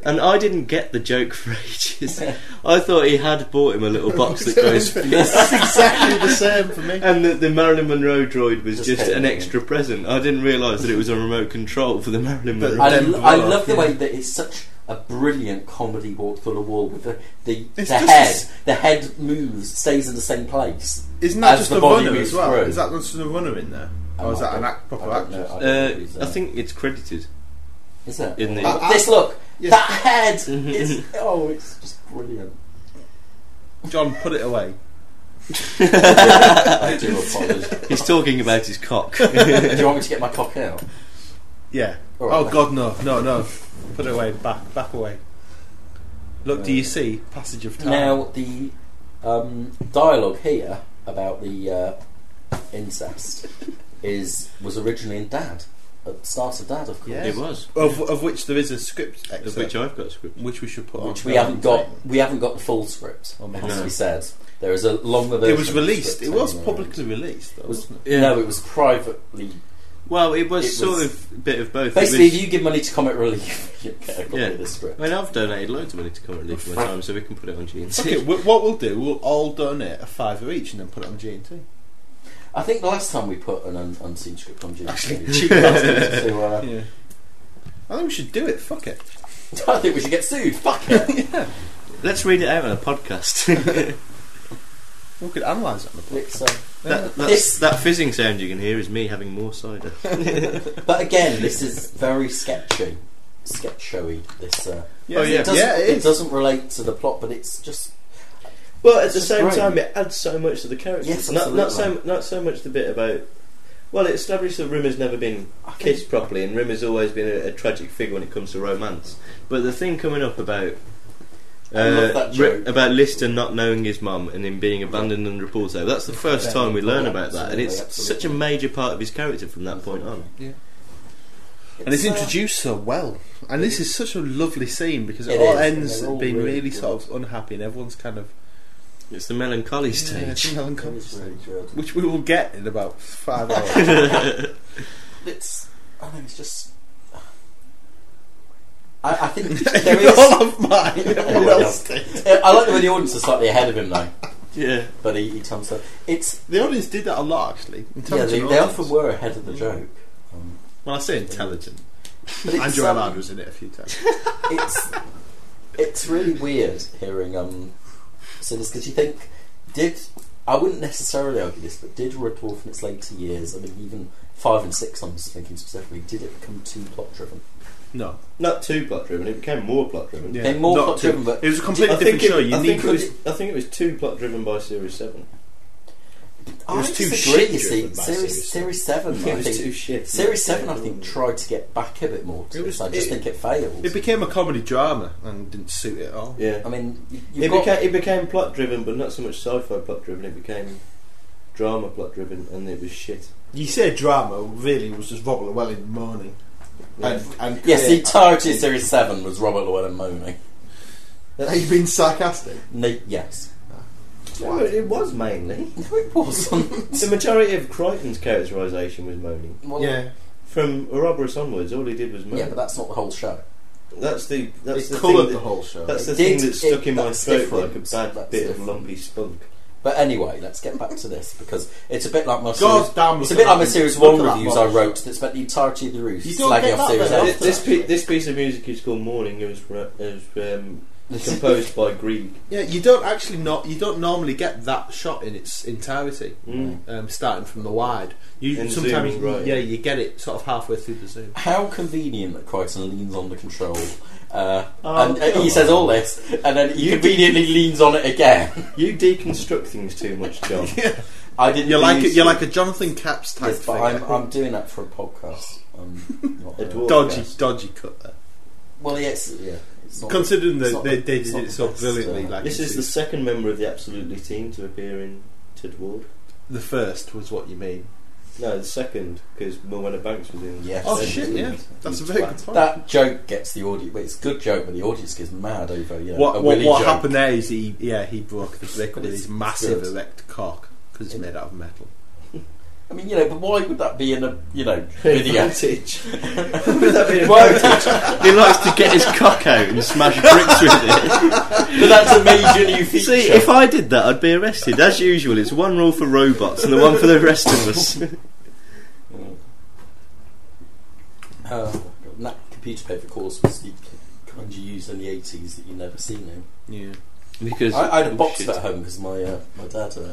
Speaker 3: And I didn't get the joke for ages. I thought he had bought him a little box that goes.
Speaker 4: It's exactly the same for me.
Speaker 3: And the, the Marilyn Monroe droid was
Speaker 2: Just
Speaker 3: just,
Speaker 2: came
Speaker 3: an
Speaker 2: in.
Speaker 3: extra present. I didn't realise that it was a remote control for the Marilyn
Speaker 4: But-
Speaker 3: Monroe.
Speaker 2: I,
Speaker 4: Them
Speaker 2: I
Speaker 4: blow
Speaker 2: love
Speaker 4: up,
Speaker 2: the
Speaker 4: yeah.
Speaker 2: way that it's such a brilliant comedy walk through the wall with the the, the
Speaker 4: It's just
Speaker 2: head.
Speaker 4: this-
Speaker 2: The head moves, stays in the same place.
Speaker 4: Isn't that
Speaker 2: As
Speaker 4: just
Speaker 2: the
Speaker 4: a
Speaker 2: body
Speaker 4: runner
Speaker 2: moves
Speaker 4: as well?
Speaker 2: through.
Speaker 4: Is that just a runner in there? Or is
Speaker 2: I
Speaker 4: that an
Speaker 2: don't-
Speaker 4: act,
Speaker 2: I
Speaker 4: proper
Speaker 2: don't know,
Speaker 4: actor?
Speaker 2: I don't know
Speaker 3: uh,
Speaker 2: who's
Speaker 3: I
Speaker 2: there.
Speaker 3: think it's credited.
Speaker 2: Is it?
Speaker 3: in the-
Speaker 2: But this look,
Speaker 4: Yeah.
Speaker 2: that head is oh, it's just brilliant.
Speaker 4: John, put it away.
Speaker 2: I do apologise.
Speaker 3: He's talking about his cock.
Speaker 2: Do you want me to get my cock out?
Speaker 4: Yeah.
Speaker 2: All
Speaker 4: oh
Speaker 2: right.
Speaker 4: God, no, no, no. Put it away. Back, back away. Look, do you see passage of time?
Speaker 2: Now the um, dialogue here about the uh, incest is was originally in Dad at the start of Dad, of course.
Speaker 4: Yeah.
Speaker 3: it was.
Speaker 4: of, of which there is a script excerpt,
Speaker 3: Of
Speaker 4: which,
Speaker 3: which I've got a script.
Speaker 4: we should put on.
Speaker 2: Which we haven't got. We haven't got the full script.
Speaker 4: Oh,
Speaker 2: It
Speaker 4: man.
Speaker 2: has
Speaker 3: No.
Speaker 2: to be said. There is a longer version.
Speaker 4: It was
Speaker 2: of the
Speaker 4: released.
Speaker 2: script
Speaker 4: It was
Speaker 2: anyway.
Speaker 4: publicly released, though,
Speaker 2: Was-
Speaker 4: wasn't it?
Speaker 2: No, it was privately
Speaker 3: Well, it was
Speaker 2: It
Speaker 3: sort
Speaker 2: was-
Speaker 3: of a bit of both. It
Speaker 2: Basically,
Speaker 3: was-
Speaker 2: if you give money to Comic Relief, you get a copy
Speaker 3: Yeah.
Speaker 2: of this script.
Speaker 3: I mean, I've donated loads of money to Comic Relief for my time, so we can put it on GNC.
Speaker 4: Okay, w- what we'll do, we'll all donate a fiver each and then put it on G&T.
Speaker 2: I think the last time we put an un- unseen script on Jimmy,
Speaker 4: Actually,
Speaker 2: cheap bastards. so, uh,
Speaker 4: Yeah. I think we should do it. Fuck it.
Speaker 2: I think we should get sued. Fuck it.
Speaker 4: yeah.
Speaker 3: Let's read it out on a podcast.
Speaker 4: We could analyse it on the
Speaker 2: It's, uh,
Speaker 4: podcast.
Speaker 3: that, that's,
Speaker 2: It's-
Speaker 3: that fizzing sound you can hear is me having more cider.
Speaker 2: but again, this is very sketchy, sketch showy. This. Uh,
Speaker 4: Yeah,
Speaker 3: Oh, yeah.
Speaker 2: It doesn't,
Speaker 4: yeah, it
Speaker 2: it
Speaker 4: is.
Speaker 2: doesn't relate to the plot, but it's just
Speaker 3: Well, at the
Speaker 2: It's
Speaker 3: same
Speaker 2: great.
Speaker 3: time, it adds so much to the characters.
Speaker 2: Yes,
Speaker 3: not, not so
Speaker 2: absolutely.
Speaker 3: not so much the bit about. Well, it established that Rimmer's never been kissed properly, and Rimmer's always been a, a tragic figure when it comes to romance. But the thing coming up about uh,
Speaker 2: I love that
Speaker 3: Ri-
Speaker 2: joke.
Speaker 3: about Lister not knowing his mum and him being abandoned and reported over, that's the first
Speaker 2: Yeah.
Speaker 3: time we learn
Speaker 2: Yeah,
Speaker 3: about that, and
Speaker 2: absolutely,
Speaker 3: it's such a
Speaker 2: absolutely.
Speaker 3: major part of his character from that point on.
Speaker 4: and it's
Speaker 2: uh,
Speaker 4: introduced so well. And this is such a lovely scene because
Speaker 2: It
Speaker 4: it, all
Speaker 2: is, and
Speaker 4: ends
Speaker 2: they're all
Speaker 4: being
Speaker 2: really
Speaker 4: really
Speaker 2: good.
Speaker 4: sort of unhappy and everyone's kind of
Speaker 3: It's the melancholy
Speaker 4: Yeah, it's
Speaker 3: stage.
Speaker 4: a
Speaker 2: it
Speaker 4: melancholy
Speaker 2: is
Speaker 4: stage.
Speaker 2: really good.
Speaker 4: Which we will get in about five hours.
Speaker 2: It's I don't know. It's just. I, I think there is. Oh,
Speaker 4: All of mine. Everyone
Speaker 2: Yeah.
Speaker 4: else did.
Speaker 2: I like the way the audience is slightly ahead of him though,
Speaker 3: yeah.
Speaker 2: but he, he turns to it's
Speaker 4: The audience did that a lot actually.
Speaker 2: yeah.
Speaker 4: Intelligent
Speaker 2: They, they
Speaker 4: audience.
Speaker 2: often were ahead of the joke. Um,
Speaker 4: Well, I say intelligent.
Speaker 2: but it's,
Speaker 4: Andrew
Speaker 2: um,
Speaker 4: Allard was in it a few times.
Speaker 2: it's it's really weird hearing um Sinners because you think did I wouldn't necessarily argue this, but did Red Dwarf in its later years, I mean even five and six, I'm just thinking specifically, did it become too plot driven?
Speaker 4: No,
Speaker 3: Not too plot driven, it became more plot driven.
Speaker 4: Yeah.
Speaker 2: They're more
Speaker 4: Not
Speaker 2: plot
Speaker 4: too-
Speaker 2: driven, but
Speaker 4: it was a completely
Speaker 3: I
Speaker 4: different
Speaker 3: think it-
Speaker 4: show. You
Speaker 3: I
Speaker 4: need
Speaker 3: think it was, I think it was too plot driven by Series 7.
Speaker 2: I
Speaker 4: was too
Speaker 2: disagree, you see.
Speaker 4: shit-driven by
Speaker 2: Series
Speaker 4: Series
Speaker 2: series seven,
Speaker 3: It
Speaker 2: I
Speaker 3: was
Speaker 2: think.
Speaker 3: too shit.
Speaker 2: Series seven, I think, tried to get back a bit more. To
Speaker 4: It
Speaker 2: this.
Speaker 4: was-
Speaker 2: I just
Speaker 4: it-
Speaker 2: think it failed.
Speaker 4: It became a comedy drama and didn't suit it at all.
Speaker 3: Yeah.
Speaker 2: I mean, you- you've
Speaker 3: It,
Speaker 2: got
Speaker 3: became, it became plot driven, but not so much sci fi plot driven, it became drama plot driven, and it was shit.
Speaker 4: You say drama really was just Robert Llewellyn moaning.
Speaker 3: Yeah.
Speaker 4: and
Speaker 2: yes, the entirety of series seven was Robert Llewellyn moaning.
Speaker 4: Are you being sarcastic?
Speaker 2: No, yes,
Speaker 3: Well, it was mainly.
Speaker 2: no, it wasn't.
Speaker 3: the majority of Crichton's characterisation was moaning.
Speaker 2: Well,
Speaker 4: yeah,
Speaker 3: From Ouroboros onwards, all he did was moan.
Speaker 2: yeah, but that's not the whole show.
Speaker 3: that's the that's
Speaker 4: it
Speaker 3: the
Speaker 4: coloured
Speaker 3: thing
Speaker 4: the
Speaker 3: that,
Speaker 4: whole show.
Speaker 3: that's the
Speaker 2: It
Speaker 3: thing
Speaker 2: did,
Speaker 3: that stuck
Speaker 2: it-
Speaker 3: in my
Speaker 2: that's
Speaker 3: throat
Speaker 2: different.
Speaker 3: like a bad
Speaker 2: That's
Speaker 3: bit
Speaker 2: different.
Speaker 3: of lumpy spunk.
Speaker 2: But anyway, let's get back to this because it's a bit like my series,
Speaker 4: God damn,
Speaker 2: it's a bit like my series
Speaker 4: look
Speaker 2: one
Speaker 4: at that
Speaker 2: reviews I
Speaker 4: box.
Speaker 2: wrote that spent the entirety of the review
Speaker 4: You don't
Speaker 2: slagging
Speaker 4: get
Speaker 2: off
Speaker 4: that
Speaker 2: series
Speaker 4: then.
Speaker 2: eight.
Speaker 3: This, this, pe- this piece of music is called Morning. It was, ra- it was um, composed by Grieg.
Speaker 4: Yeah, you don't actually not you don't normally get that shot in its entirety,
Speaker 3: Mm.
Speaker 4: um, starting from the wide. You
Speaker 3: And
Speaker 4: sometimes
Speaker 3: zooming right.
Speaker 4: yeah you get it sort of halfway through the zoom.
Speaker 2: How convenient that Crichton leans on the control. Uh,
Speaker 4: Oh,
Speaker 2: and and
Speaker 4: come
Speaker 2: he says all this, and then he conveniently leans on it again.
Speaker 3: You deconstruct things too much, John.
Speaker 2: I didn't.
Speaker 4: You're like a,
Speaker 2: use
Speaker 4: you're
Speaker 2: to.
Speaker 4: like a Jonathan Capps type
Speaker 2: Yes, but
Speaker 4: figure.
Speaker 2: I'm, I'm doing that for a podcast. Um, not
Speaker 3: A
Speaker 2: a-
Speaker 3: dwarf.
Speaker 4: dodgy
Speaker 3: Yes.
Speaker 4: dodgy cut there.
Speaker 2: Well, yes, yeah. It's not,
Speaker 4: Considering
Speaker 2: it's
Speaker 4: that
Speaker 2: not
Speaker 4: they,
Speaker 2: the-
Speaker 4: they
Speaker 2: it's
Speaker 4: did
Speaker 2: not
Speaker 4: it
Speaker 2: the
Speaker 4: so
Speaker 2: best,
Speaker 4: brilliantly,
Speaker 2: uh,
Speaker 4: like
Speaker 3: This
Speaker 4: you
Speaker 3: is
Speaker 4: see.
Speaker 3: the second member of the Absolutely team to appear in Ted Ward.
Speaker 4: the first was what you mean.
Speaker 3: No, the second because Moana Banks was in.
Speaker 2: Yes.
Speaker 4: Oh
Speaker 2: Same
Speaker 4: shit!
Speaker 2: thing.
Speaker 4: Yeah, that's a very good point.
Speaker 2: that joke gets the audience. Well, it's a good joke, but the audience gets mad over you know, a
Speaker 4: what what,
Speaker 2: Willy
Speaker 4: what
Speaker 2: joke.
Speaker 4: happened there is he yeah he broke the brick
Speaker 2: But
Speaker 4: with
Speaker 2: it's-
Speaker 4: his
Speaker 2: it's
Speaker 4: massive
Speaker 2: good.
Speaker 4: erect cock because it's
Speaker 2: Yeah.
Speaker 4: made out of metal.
Speaker 2: I mean, you know, but why would that be in a you know video?
Speaker 3: Advantage. Would that be an advantage? he likes to get his cock out and smash bricks with it.
Speaker 2: but that's a major new feature.
Speaker 3: See, if I did that, I'd be arrested. As usual, it's one rule for robots and the one for the rest of us.
Speaker 2: Uh, and that computer paper course was the kind you used in the eighties that you never seen now.
Speaker 4: Yeah,
Speaker 3: Because
Speaker 2: I, I had a box
Speaker 3: Bullshit.
Speaker 2: of it at home because my uh, my dad uh,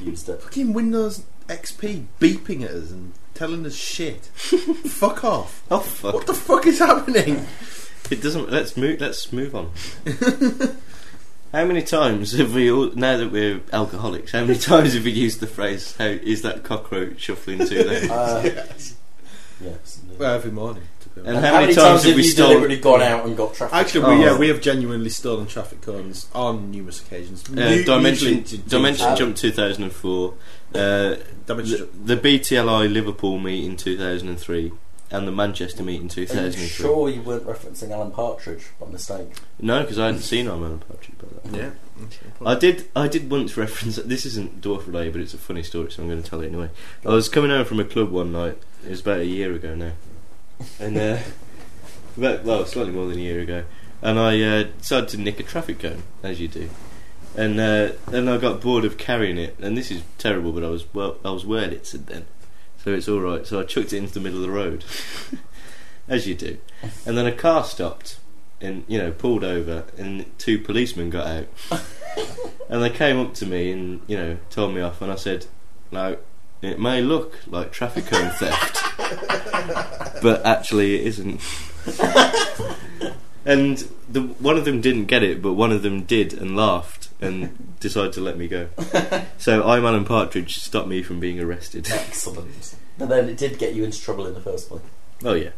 Speaker 2: used it.
Speaker 4: fucking Windows XP beeping at us and telling us shit. fuck off!
Speaker 3: Oh fuck!
Speaker 4: What the fuck is happening?
Speaker 3: It doesn't. Let's move. Let's move on. how many times have we all now that we're alcoholics? How many times have we used the phrase "How is that cockroach shuffling to them?"
Speaker 2: Uh, yes. uh,
Speaker 4: Well, every morning. To be honest.
Speaker 3: And how, many, times, have we
Speaker 2: you
Speaker 3: stolen?
Speaker 2: deliberately gone out and got traffic?
Speaker 4: Actually,
Speaker 3: Oh.
Speaker 4: we, yeah, we have genuinely stolen traffic cones on numerous occasions.
Speaker 3: Uh,
Speaker 4: Nu- usually
Speaker 3: Dimension
Speaker 4: to do
Speaker 3: Dimension
Speaker 2: that.
Speaker 3: Jump 2004, uh,
Speaker 4: damage.
Speaker 3: the, the BTLI Liverpool meet in 2003, and the Manchester meet in
Speaker 2: Are you
Speaker 3: 2003.
Speaker 2: sure you weren't referencing Alan Partridge by mistake?
Speaker 3: No, because I hadn't seen Armand Partridge by that.
Speaker 5: Yeah.
Speaker 3: uh, I did. I did once reference. This isn't dwarf related, but it's a funny story, so I'm going to tell it anyway. I was coming home from a club one night. It was about a year ago now, and uh, about, well, slightly more than a year ago. And I uh, decided to nick a traffic cone, as you do. And uh, then I got bored of carrying it. And this is terrible, but I was well, I was Wurlitzed then, so it's all right. So I chucked it into the middle of the road, as you do. And then a car stopped, and you know pulled over, and two policemen got out. And they came up to me and, you know, told me off, and I said, No, it may look like traffic cone theft, but actually it isn't. and the, one of them didn't get it, but one of them did and laughed and decided to let me go. So I'm Alan Partridge, stopped me from being arrested.
Speaker 2: Excellent. And then it did get you into trouble in the first place.
Speaker 3: oh, yeah.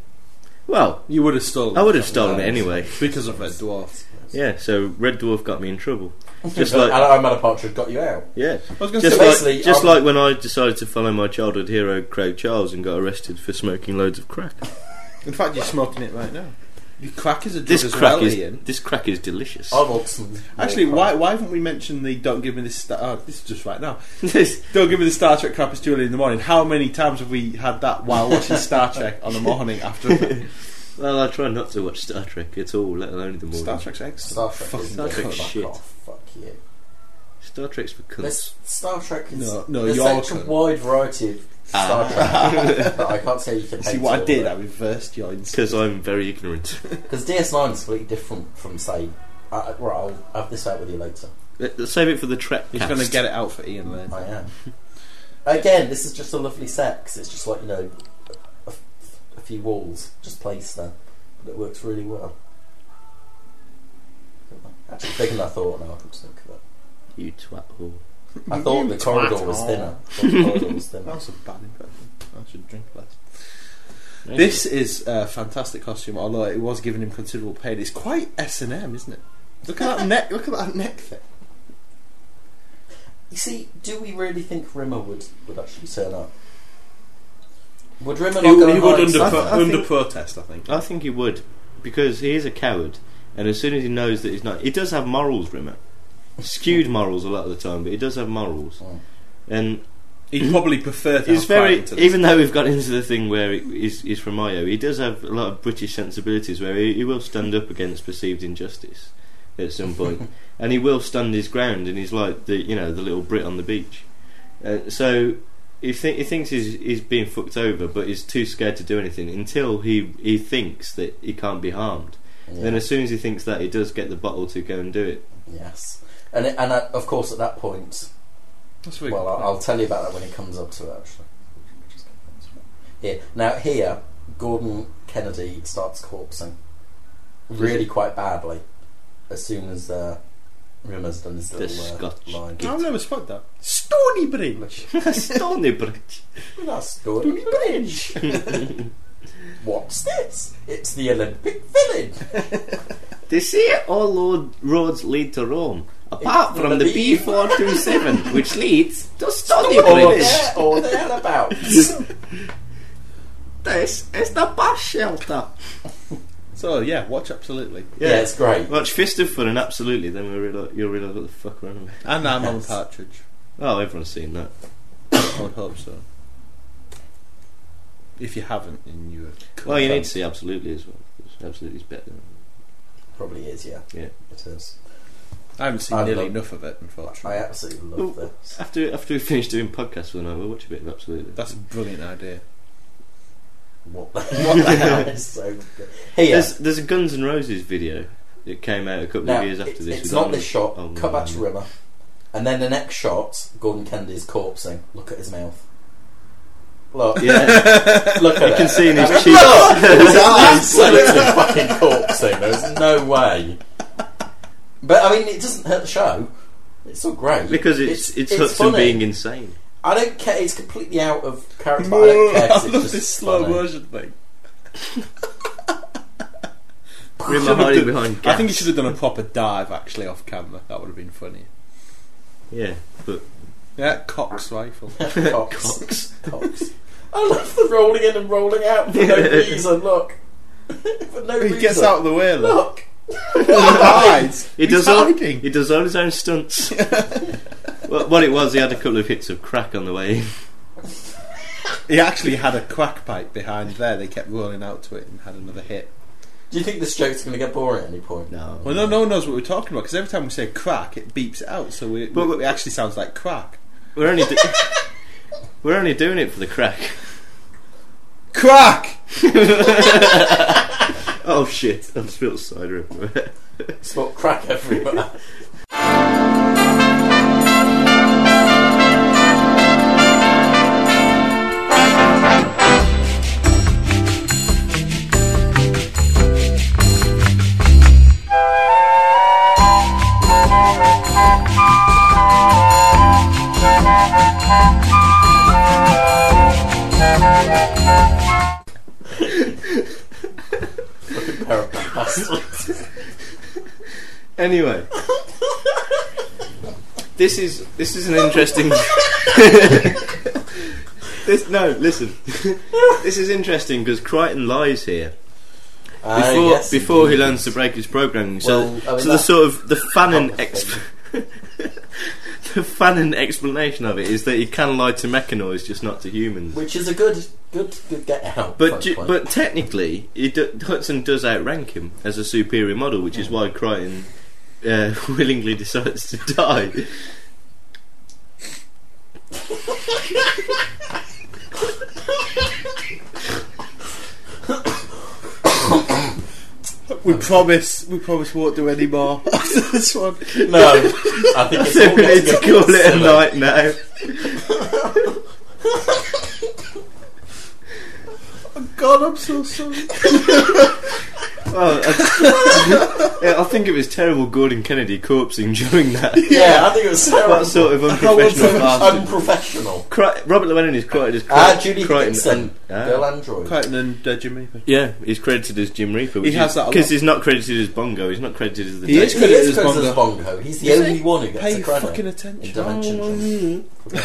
Speaker 3: Well,
Speaker 4: You would have stolen.
Speaker 3: I would have
Speaker 4: it.
Speaker 3: stolen it anyway.
Speaker 4: because of Red Dwarf.
Speaker 3: Yeah, so Red Dwarf got me in trouble. Just
Speaker 2: But
Speaker 3: like.
Speaker 2: Alan Alan Partridge got you out.
Speaker 3: Yeah.
Speaker 5: I was going to
Speaker 3: just
Speaker 2: So
Speaker 5: say,
Speaker 2: basically,
Speaker 3: like, just
Speaker 2: um,
Speaker 3: like when I decided to follow my childhood hero Craig Charles and got arrested for smoking loads of crack.
Speaker 5: in fact, you're smoking it right now.
Speaker 4: You crack is a drug
Speaker 3: This
Speaker 4: as
Speaker 3: crack
Speaker 4: well,
Speaker 3: is
Speaker 4: Ian.
Speaker 3: this crack is delicious.
Speaker 2: I want some. more
Speaker 5: Actually, why,
Speaker 2: crap.
Speaker 5: why haven't we mentioned the don't give me this? Sta- oh, this is just right now.
Speaker 3: This-
Speaker 5: Don't give me the Star Trek crap. It's too early in the morning. How many times have we had that while watching Star Trek on the morning after
Speaker 3: well, I try not to watch Star Trek at all, let alone in the morning.
Speaker 5: Star Trek's excellent?
Speaker 2: Star Trek?
Speaker 5: Fucking
Speaker 2: is
Speaker 3: Star Trek
Speaker 2: fuck
Speaker 3: shit.
Speaker 2: Off. Fuck you.
Speaker 3: Star Trek's for cunts.
Speaker 2: There's Star Trek is
Speaker 5: No, no,
Speaker 2: there's
Speaker 5: you're
Speaker 2: such a
Speaker 5: correct.
Speaker 2: wide variety of Star Trek. but I can't say you can
Speaker 5: Ah. See
Speaker 2: hate
Speaker 5: what
Speaker 2: all
Speaker 5: I
Speaker 2: of
Speaker 5: did? I
Speaker 2: them.
Speaker 5: reversed your instinct.
Speaker 3: Because I'm very ignorant.
Speaker 2: Because DS9 is completely different from say. Uh, right, I'll have this out with you later.
Speaker 3: Let- let's Save it for the Trek.
Speaker 5: He's going to get it out for Ian then.
Speaker 2: I am. Again, this is just a lovely set 'cause it's just like you know, a, a few walls just placed there, but it works really well. Actually, bigger than I thought. Now I can think of it.
Speaker 3: You twat whore.
Speaker 2: I thought the
Speaker 5: twat
Speaker 2: corridor was
Speaker 5: hole.
Speaker 2: thinner. I thought the corridor was
Speaker 5: That
Speaker 2: thinner.
Speaker 5: was a bad impression. I should drink less. This is a fantastic costume, although it was giving him considerable pain. It's quite S and M, isn't it? Look at that neck. Look at that neck thing.
Speaker 2: You see, do we really think Rimmer would, would actually turn up? Would Rimmer
Speaker 4: He,
Speaker 2: not go
Speaker 4: he
Speaker 2: and
Speaker 4: would
Speaker 2: hide
Speaker 4: under,
Speaker 2: something?
Speaker 4: pro-
Speaker 5: I think-
Speaker 4: under protest, I think.
Speaker 3: I think he would, because he is a coward, and as soon as he knows that he's not, he does have morals, Rimmer. Skewed morals a lot of the time, but he does have morals,
Speaker 2: Mm.
Speaker 3: and
Speaker 4: He'd probably prefer to
Speaker 3: He's
Speaker 4: have
Speaker 3: very,
Speaker 4: Crichton.
Speaker 3: even though we've got into the thing where he- he's, he's from Io, he does have a lot of British sensibilities where he, he will stand up against perceived injustice at some point, and he will stand his ground, and he's like the you know the little Brit on the beach. Uh, so he, th- he thinks he's, he's being fucked over, but he's too scared to do anything until he he thinks that he can't be harmed.
Speaker 2: Yeah.
Speaker 3: Then as soon as he thinks that, he does get the bottle to go and do it.
Speaker 2: Yes, and it, and uh, of course at that point,
Speaker 5: That's very
Speaker 2: well,
Speaker 5: good.
Speaker 2: I'll, I'll tell you about that when it comes up to it. Actually, here now here, Gordon Kennedy starts corpsing really quite badly as soon as uh, Rimmer's done his
Speaker 3: The
Speaker 2: little uh,
Speaker 3: Scotch
Speaker 2: line.
Speaker 5: I've never spotted that. Stony Bridge.
Speaker 3: Stony Bridge.
Speaker 2: That's Gordon Bridge. What's this? It's the Olympic Village.
Speaker 3: They say all lo- roads lead to Rome, apart
Speaker 2: It's
Speaker 3: from
Speaker 2: the
Speaker 3: the
Speaker 2: B.
Speaker 3: B427, which leads to Stony
Speaker 2: or
Speaker 3: Bridge.
Speaker 2: there or thereabouts.
Speaker 3: This is the bus shelter.
Speaker 5: So yeah, watch absolutely.
Speaker 2: yeah. it's great.
Speaker 3: Watch Fist of Fun and absolutely, then we'll reali you'll realise what the fuck we're on about.
Speaker 5: And I'm on
Speaker 2: Yes.
Speaker 5: Partridge.
Speaker 3: Oh, everyone's seen that.
Speaker 5: I would hope so. If you haven't, then you. are
Speaker 3: Well, you need to see Absolutely as well. because Absolutely's better.
Speaker 2: Probably is, yeah.
Speaker 3: Yeah.
Speaker 2: It is.
Speaker 5: I haven't seen
Speaker 2: I
Speaker 5: nearly
Speaker 2: love-
Speaker 5: enough of it, unfortunately.
Speaker 2: I absolutely love this.
Speaker 3: After after we finish doing podcasts for the night, we'll watch a bit of Absolutely.
Speaker 5: That's a brilliant idea.
Speaker 2: What the, what the hell is so good? Here,
Speaker 3: There's there's a Guns N' Roses video that came out a couple
Speaker 2: now,
Speaker 3: of years after
Speaker 2: it's,
Speaker 3: this.
Speaker 2: it's
Speaker 3: was
Speaker 2: not
Speaker 3: on-
Speaker 2: this shot.
Speaker 3: on-
Speaker 2: Cut back to Rimmer. And then the next shot, Gordon Kennedy's corpsing. Look at his mouth. Look.
Speaker 3: Yeah,
Speaker 2: Look at
Speaker 3: you can
Speaker 2: it.
Speaker 3: see in his
Speaker 2: Look,
Speaker 3: cheeks.
Speaker 2: His eyes absolutely fucking corpsing. There's no way. But, I mean, it doesn't hurt the show. It's all great.
Speaker 3: Because it's it's, Hudson
Speaker 2: funny.
Speaker 3: being insane.
Speaker 2: I don't care. It's completely out of character. but I don't care 'cause
Speaker 5: I
Speaker 2: it's
Speaker 5: love
Speaker 2: just
Speaker 5: this slow
Speaker 2: funny.
Speaker 5: motion thing.
Speaker 3: Rimmer hiding behind
Speaker 5: I think you
Speaker 3: gaps.
Speaker 5: should have done a proper dive actually off camera. That would have been funny.
Speaker 3: Yeah, but
Speaker 5: Yeah, Cox rifle.
Speaker 2: Cox. Cox. I love the rolling in and rolling out for no reason. Look, for no
Speaker 4: He
Speaker 2: reason.
Speaker 4: gets out of the way. Look,
Speaker 2: Look,
Speaker 4: hides.
Speaker 3: He
Speaker 4: He's
Speaker 3: does all,
Speaker 4: hiding.
Speaker 3: he does all his own stunts. well, what it was, he had a couple of hits of crack on the way. in.
Speaker 4: He actually had a quack pipe behind there. They kept rolling out to it and had another hit.
Speaker 2: do you think this joke's going to get boring at any point?
Speaker 3: No.
Speaker 4: Well, no, no one knows what we're talking about because every time we say crack, it beeps it out. So we,
Speaker 3: But-
Speaker 4: it actually sounds like crack.
Speaker 3: We're only do- we're only doing it for the crack.
Speaker 4: Crack.
Speaker 3: Oh shit! I've spilled cider everywhere.
Speaker 2: Spot crack everywhere. Fucking paragraph bastards.
Speaker 3: Anyway, this is this is an interesting. this no, listen. this is interesting because Crichton lies here
Speaker 2: Uh,
Speaker 3: before
Speaker 2: yes,
Speaker 3: before he
Speaker 2: indeed.
Speaker 3: learns to break his programming. So
Speaker 2: Well, I mean,
Speaker 3: so the
Speaker 2: that-
Speaker 3: sort of the Fanon exp-
Speaker 2: Obviously.
Speaker 3: the Fanon explanation of it is that he can lie to mechanoids, just not to humans.
Speaker 2: which is a good, good, good get out.
Speaker 3: But ju-
Speaker 2: frankly.
Speaker 3: but technically, he do- Hudson does outrank him as a superior model, which
Speaker 2: Hmm.
Speaker 3: is why Crichton uh, willingly decides to die.
Speaker 4: We
Speaker 3: Oh.
Speaker 4: promise. We promise we won't do any more after this one.
Speaker 2: no, I think it's
Speaker 3: so
Speaker 2: all
Speaker 3: we need to
Speaker 2: getting
Speaker 3: call it a
Speaker 2: silly.
Speaker 3: night now.
Speaker 4: God, I'm so sorry.
Speaker 3: Well, I, yeah, I think it was terrible Gordon Kennedy corpsing during that.
Speaker 2: Yeah, I think it was terrible.
Speaker 3: That sort of
Speaker 4: I
Speaker 3: unprofessional
Speaker 4: want
Speaker 3: bastard.
Speaker 2: unprofessional.
Speaker 3: Cri- Robert Llewellyn is credited as
Speaker 2: Ah,
Speaker 3: Cri-
Speaker 2: Judy
Speaker 3: Crichton
Speaker 2: Dixon,
Speaker 3: and-
Speaker 2: Bill
Speaker 3: ah.
Speaker 2: Android.
Speaker 4: Crichton and uh, Jimmy.
Speaker 3: Yeah, he's credited as Jim Reaper. Which
Speaker 4: has that a lot.
Speaker 3: because he's not credited as Bongo. He's not credited as the.
Speaker 4: He
Speaker 3: Dave.
Speaker 4: is
Speaker 2: He is
Speaker 4: credited as
Speaker 2: credited as Bongo. He's the
Speaker 4: Is
Speaker 2: only
Speaker 4: he?
Speaker 2: one who gets
Speaker 4: Pay
Speaker 2: a credit
Speaker 4: fucking
Speaker 2: in
Speaker 4: attention. Oh,
Speaker 2: Dimension Jump.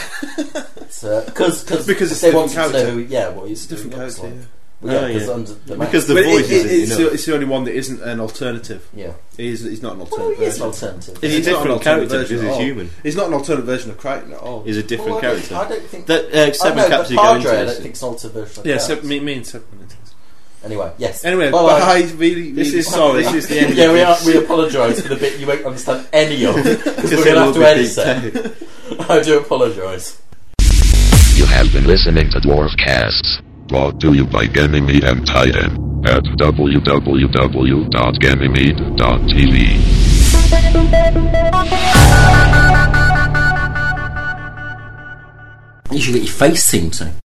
Speaker 2: Because because
Speaker 4: because it's
Speaker 2: they
Speaker 4: one
Speaker 2: wanted To know
Speaker 4: character.
Speaker 2: who, yeah, what he's
Speaker 4: Different
Speaker 2: doing looks
Speaker 4: character.
Speaker 2: like.
Speaker 3: Oh,
Speaker 2: Yeah, because
Speaker 3: yeah.
Speaker 2: under the
Speaker 3: Because the
Speaker 4: yeah. But
Speaker 3: voice
Speaker 4: it, it,
Speaker 3: is
Speaker 4: it's, the, it's the only one that isn't an alternative.
Speaker 2: yeah,
Speaker 4: It is, it's not an
Speaker 2: well,
Speaker 4: alternative
Speaker 2: he is an
Speaker 4: version.
Speaker 2: alternative.
Speaker 3: He's a
Speaker 4: He's not an
Speaker 3: different
Speaker 4: alternate
Speaker 3: character
Speaker 4: version
Speaker 3: because
Speaker 4: at
Speaker 3: he's
Speaker 4: all.
Speaker 3: human.
Speaker 4: It's not an alternate version of Crichton at all.
Speaker 3: He's a different
Speaker 2: Well, I don't-
Speaker 3: character.
Speaker 2: I don't think.
Speaker 3: That uh,
Speaker 2: I
Speaker 3: seven
Speaker 2: know,
Speaker 3: caps
Speaker 2: but
Speaker 3: who go into
Speaker 2: Padre, I don't
Speaker 3: this.
Speaker 2: think it's an altered version. of
Speaker 4: yeah,
Speaker 2: that.
Speaker 4: so, me, me and Seven.
Speaker 2: Anyway, yes.
Speaker 4: Anyway,
Speaker 2: Bye-bye.
Speaker 4: but I really, really
Speaker 3: This is
Speaker 4: sorry.
Speaker 3: This is the end.
Speaker 2: yeah,
Speaker 3: of
Speaker 2: we, are,
Speaker 3: this.
Speaker 2: we apologise for the bit you won't understand any of. Because
Speaker 3: Just
Speaker 2: we're going to have to edit
Speaker 3: a
Speaker 2: it.
Speaker 3: little bit.
Speaker 2: I do apologise.
Speaker 1: You have been listening to Dwarf Casts, brought to you by E Ganymede and Titan at E www.ganymede.tv.
Speaker 2: You should get your face seen to.